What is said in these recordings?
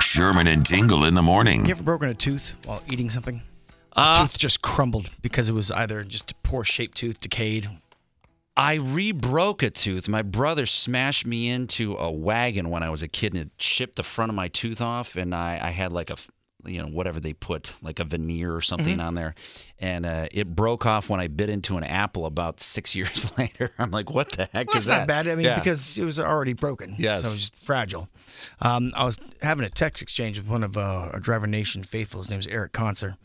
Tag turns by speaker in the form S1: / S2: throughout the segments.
S1: Sherman and Tingle in the morning.
S2: You ever broken a tooth while eating something?
S3: Uh,
S2: tooth just crumbled because it was either just a poor shaped tooth, decayed.
S3: I re-broke a tooth. My brother smashed me into a wagon when I was a kid, and it chipped the front of my tooth off. And I, I had like a, f- you know, whatever they put, like a veneer or something
S2: Mm-hmm.
S3: on there, and uh, it broke off when I bit into an apple about six years later. I'm like, what the heck
S2: Well,
S3: is
S2: it's not
S3: that?
S2: bad. I mean,
S3: Yeah.
S2: because it was already broken.
S3: Yes.
S2: So it was just fragile. Um, I was having a text exchange with one of uh, our Driver Nation faithful. His name's Eric Conser.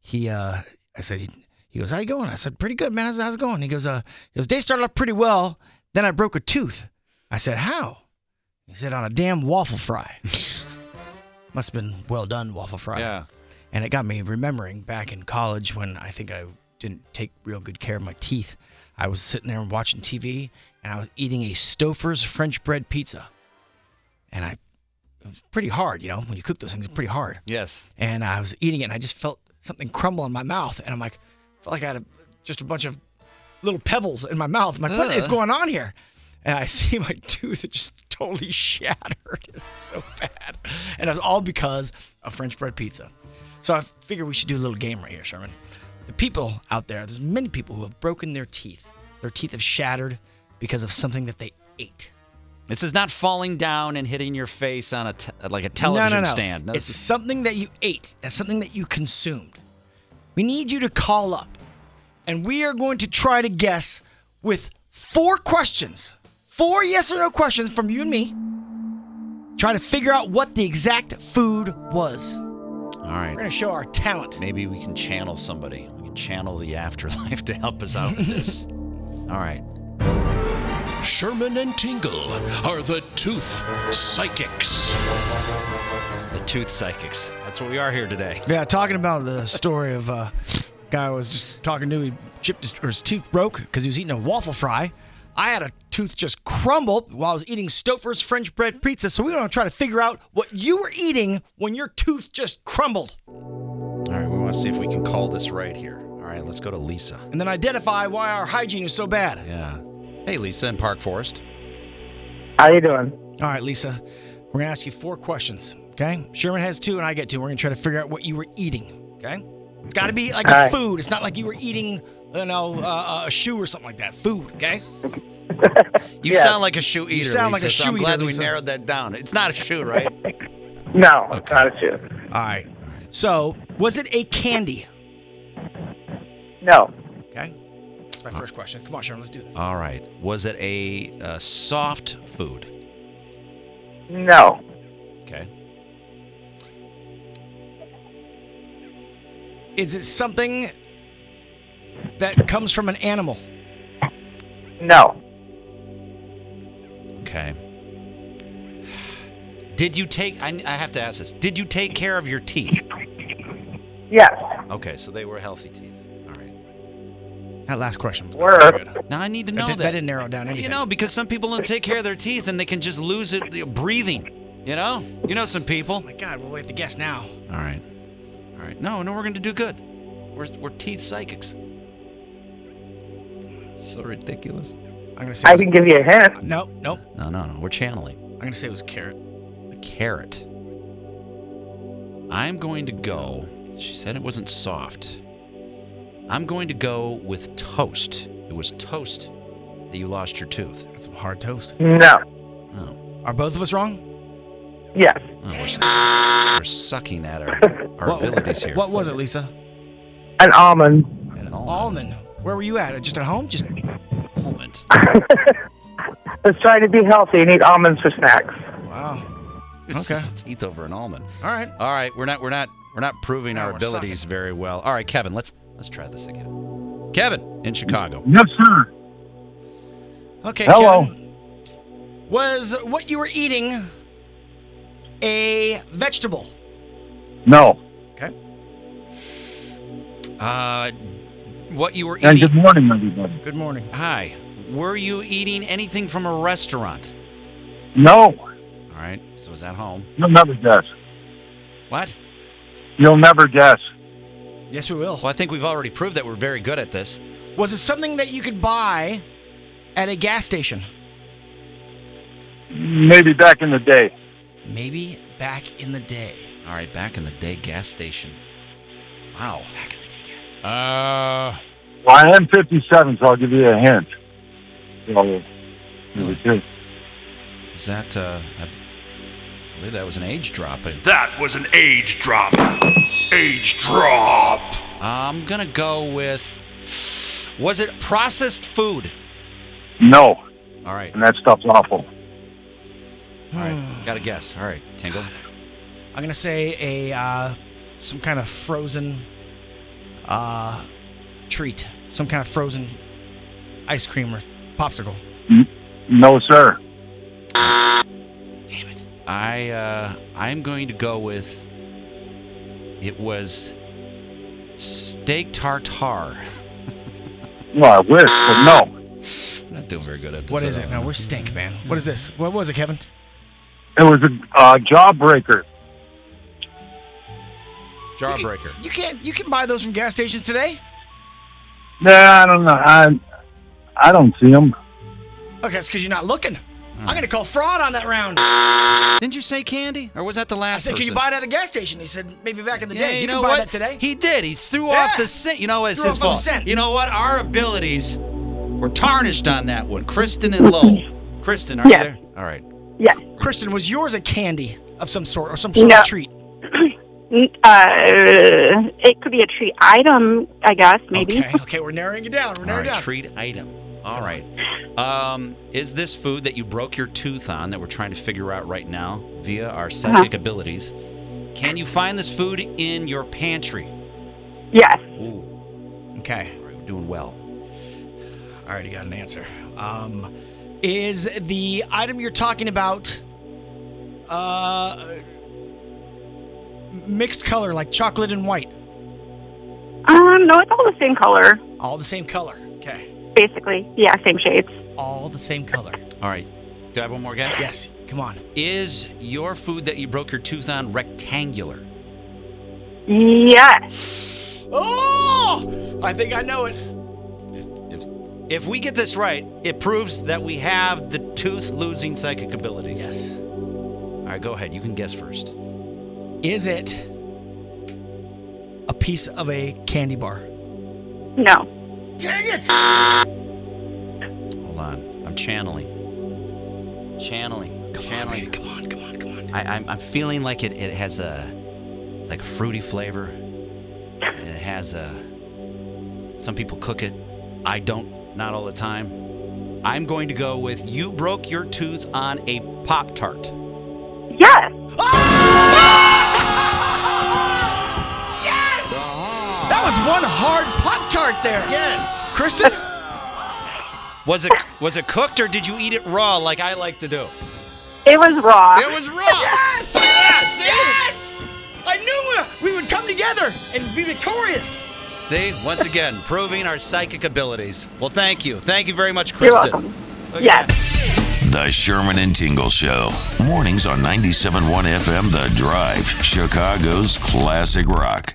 S2: He, uh, I said, he, he goes, how you going? I said, pretty good, man. How's, how's it going? He goes, uh, he goes, day started off pretty well. Then I broke a tooth. I said, how? He said, on a damn waffle fry. Must have been well done waffle fry.
S3: yeah.
S2: And it got me remembering back in college when I think I didn't take real good care of my teeth. I was sitting there and watching TV and I was eating a Stouffer's French bread pizza. And I, it was pretty hard, you know, when you cook those things, it's pretty hard.
S3: Yes.
S2: And I was eating it and I just felt something crumble in my mouth. And I'm like, felt like I had a, just a bunch of little pebbles in my mouth. I'm like, what is
S3: Ugh.
S2: going on here? And I see my tooth, it just totally shattered. It's so bad. And it was all because of French bread pizza. So I figure we should do a little game right here, Sherman. The people out there, there's many people who have broken their teeth. Their teeth have shattered because of something that they ate.
S3: This is not falling down and hitting your face on a te- like a television
S2: no, no, no.
S3: stand. No,
S2: it's
S3: this is-
S2: something that you ate. That's something that you consumed. We need you to call up, and we are going to try to guess with four questions, four yes or no questions from you and me. Try to figure out what the exact food was.
S3: all right.
S2: We're going to show our talent.
S3: Maybe we can channel somebody. We can channel the afterlife to help us out with this. All right.
S4: Sherman and Tingle are the tooth psychics.
S3: The tooth psychics. That's what we are here today.
S2: Yeah, talking about the story of uh, guy I was just talking to, he chipped his, or his tooth broke because he was eating a waffle fry. I had a tooth just crumble while I was eating Stouffer's French bread pizza. So we want to try to figure out what you were eating when your tooth just crumbled,
S3: All right, we want to see if we can call this right here. All right, let's go to Lisa.
S2: and then identify why our hygiene was so bad.
S3: Yeah. Hey, Lisa in Park Forest.
S5: How you doing?
S2: All right, Lisa, we're gonna ask you four questions. Okay, Sherman has two, and I get two. We're gonna try to figure out what you were eating. Okay, it's got to be like a
S5: All right.
S2: food. It's not like you were eating, you know, uh, a shoe or something like that. Food. Okay.
S3: You
S5: Yeah.
S3: sound like a shoe eater.
S2: sound like
S3: Lisa,
S2: a
S3: so
S2: shoe
S3: I'm glad
S2: eater,
S3: that we
S2: Lisa.
S3: narrowed that down. It's not a shoe, right?
S5: No, it's not a shoe.
S2: All right. So, was it a candy?
S5: No,
S2: Okay. That's my first question. Come on, Sharon, let's do this.
S3: All right. Was it a uh, soft food?
S5: no,
S3: Okay.
S2: Is it something that comes from an animal?
S5: no,
S3: Okay. Did you take? I, I have to ask this. Did you take care of your teeth?
S5: yes,
S3: Okay, so they were healthy teeth. All right.
S2: That last question. was
S5: Word.
S2: pretty good.
S3: Now I need to
S2: That
S3: know
S2: did-
S3: that.
S2: that didn't narrow down
S3: You
S2: anything.
S3: know, because some people don't take care of their teeth and they can just lose it you know, breathing. You know, you know some people.
S2: Oh my God, we'll have to guess now.
S3: All right. All right. No, no, we're going to do good. We're, we're teeth psychics. So ridiculous.
S2: I'm gonna say.
S5: I
S2: it was-
S5: can give you a hint.
S2: Nope, nope.
S3: No, no, no. We're channeling
S2: I'm gonna say it was a carrot.
S3: a carrot. I'm going to go. She said it wasn't soft. I'm going to go with toast. It was toast that you lost your tooth.
S2: That's some hard toast.
S5: No,
S3: Oh.
S2: Are both of us wrong?
S5: Yes.
S3: Oh, we're, s- we're sucking at our, our
S2: What-
S3: abilities here.
S2: What was it, Lisa?
S5: An almond.
S3: An almond.
S2: Almond. Where were you at? Just at home? Just
S3: Almond.
S5: I was trying to be healthy and eat almonds for snacks.
S2: wow.
S3: Okay. Teeth over an almond.
S2: All right.
S3: All right, we're not we're not we're not proving
S2: No,
S3: our
S2: we're
S3: abilities very well. All right, Kevin, let's let's try this again. Kevin in Chicago.
S6: Yes, sir.
S2: Okay.
S6: Hello.
S2: Kevin. was what you were eating a vegetable?
S6: No.
S2: Okay.
S3: Uh, what you were
S6: And good
S3: eating?
S6: morning, everybody.
S2: Good morning.
S3: Hi. Were you eating anything from a restaurant?
S6: No,
S3: All right. So it was at home.
S6: you'll never guess.
S3: What?
S6: You'll never guess.
S2: Yes, we will.
S3: Well, I think we've already proved that we're very good at this.
S2: Was it something that you could buy at a gas station?
S6: Maybe back in the day.
S2: Maybe back in the day.
S3: All right, back in the day, gas station. Wow.
S2: Back in the day, gas station.
S3: Uh,
S6: Well, I am 57, so I'll give you a hint. So,
S3: Really?
S6: okay.
S3: was that? Uh, I believe that was an age drop. Uh,
S4: That was an age drop. Age drop.
S3: I'm gonna go with. Was it processed food?
S6: No,
S3: All right.
S6: and that stuff's awful.
S3: All right. Got to guess. All right, Tingle.
S2: I'm gonna say a uh, some kind of frozen uh, treat, some kind of frozen ice cream or popsicle.
S6: No, sir.
S3: Damn it. I uh, I'm going to go with. It was steak tartare.
S6: Well, I wish, but no.
S3: I'm not doing very good at this.
S2: What
S3: at
S2: is it?
S3: all.
S2: No, we're stink, man. What is this? What was it, Kevin?
S6: It was a uh, jawbreaker.
S3: Jawbreaker.
S2: You can't. You can buy those from gas stations today.
S6: Nah, I don't know. I, I don't see them.
S2: Okay, that's because you're not looking. I'm gonna call fraud on that round.
S3: Didn't you say candy, or was that the
S2: I
S3: last?
S2: said, "Can you
S3: person?
S2: buy it at a gas station?" He said, "Maybe back in the
S3: Yeah,
S2: day.
S3: you,
S2: You,
S3: know
S2: can buy
S3: what?
S2: that today."
S3: He did. He threw
S2: Yeah.
S3: off the scent. You know, it's
S2: Threw
S3: his
S2: off on the
S3: fault.
S2: scent.
S3: You know what? Our abilities were tarnished on that one. Kristen and Lowell. Kristen, are
S7: Yeah.
S3: you there? All right.
S7: Yes.
S2: Kristen, was yours a candy of some sort or some sort
S7: No.
S2: of treat?
S7: Uh, it could be a treat item, I guess, maybe.
S2: Okay, okay, we're narrowing it down. We're
S3: All
S2: narrowing
S3: right.
S2: it down.
S3: Treat item. All right. Um, is this food that you broke your tooth on that we're trying to figure out right now via our psychic abilities? Can you find this food in your pantry?
S7: Yes.
S3: Ooh,
S2: Okay.
S3: all right, we're doing well.
S2: I already got an answer. Um, is the item you're talking about uh, mixed color, like chocolate and white?
S7: Um, no, it's all the same color,
S2: All the same color. Okay.
S7: basically. Yeah, same shades.
S2: All the same color.
S3: All right. Do I have one more guess?
S2: Yes. Come on.
S3: Is your food that you broke your tooth on rectangular?
S7: Yes.
S2: Oh! I think I know it.
S3: If, if we get this right, it proves that we have the tooth losing psychic ability.
S2: Yes.
S3: All right, go ahead. You can guess first.
S2: Is it a piece of a candy bar?
S7: No.
S3: Hold on. I'm channeling. Channeling. channeling.
S2: come on, come on, come on.
S3: I, I'm, I'm feeling like it, it has a it's like a fruity flavor. It has a some people cook it. I don't. Not all the time. I'm going to go with you broke your tooth on a pop tart.
S7: Yes.
S2: That was one hard Pop Tart there. Yeah. Kristen?
S3: Was it was it cooked or did you eat it raw like I like to do?
S7: It was raw.
S3: It was raw. Yes. Yes.
S2: yes! I knew we would come together and be victorious.
S3: See, once again, proving our psychic abilities. Well, thank you. Thank you very much,
S7: You're
S3: Kristen.
S7: welcome. Yes.
S1: The Sherman and Tingle Show. Mornings on 97.1 FM The Drive, Chicago's classic rock.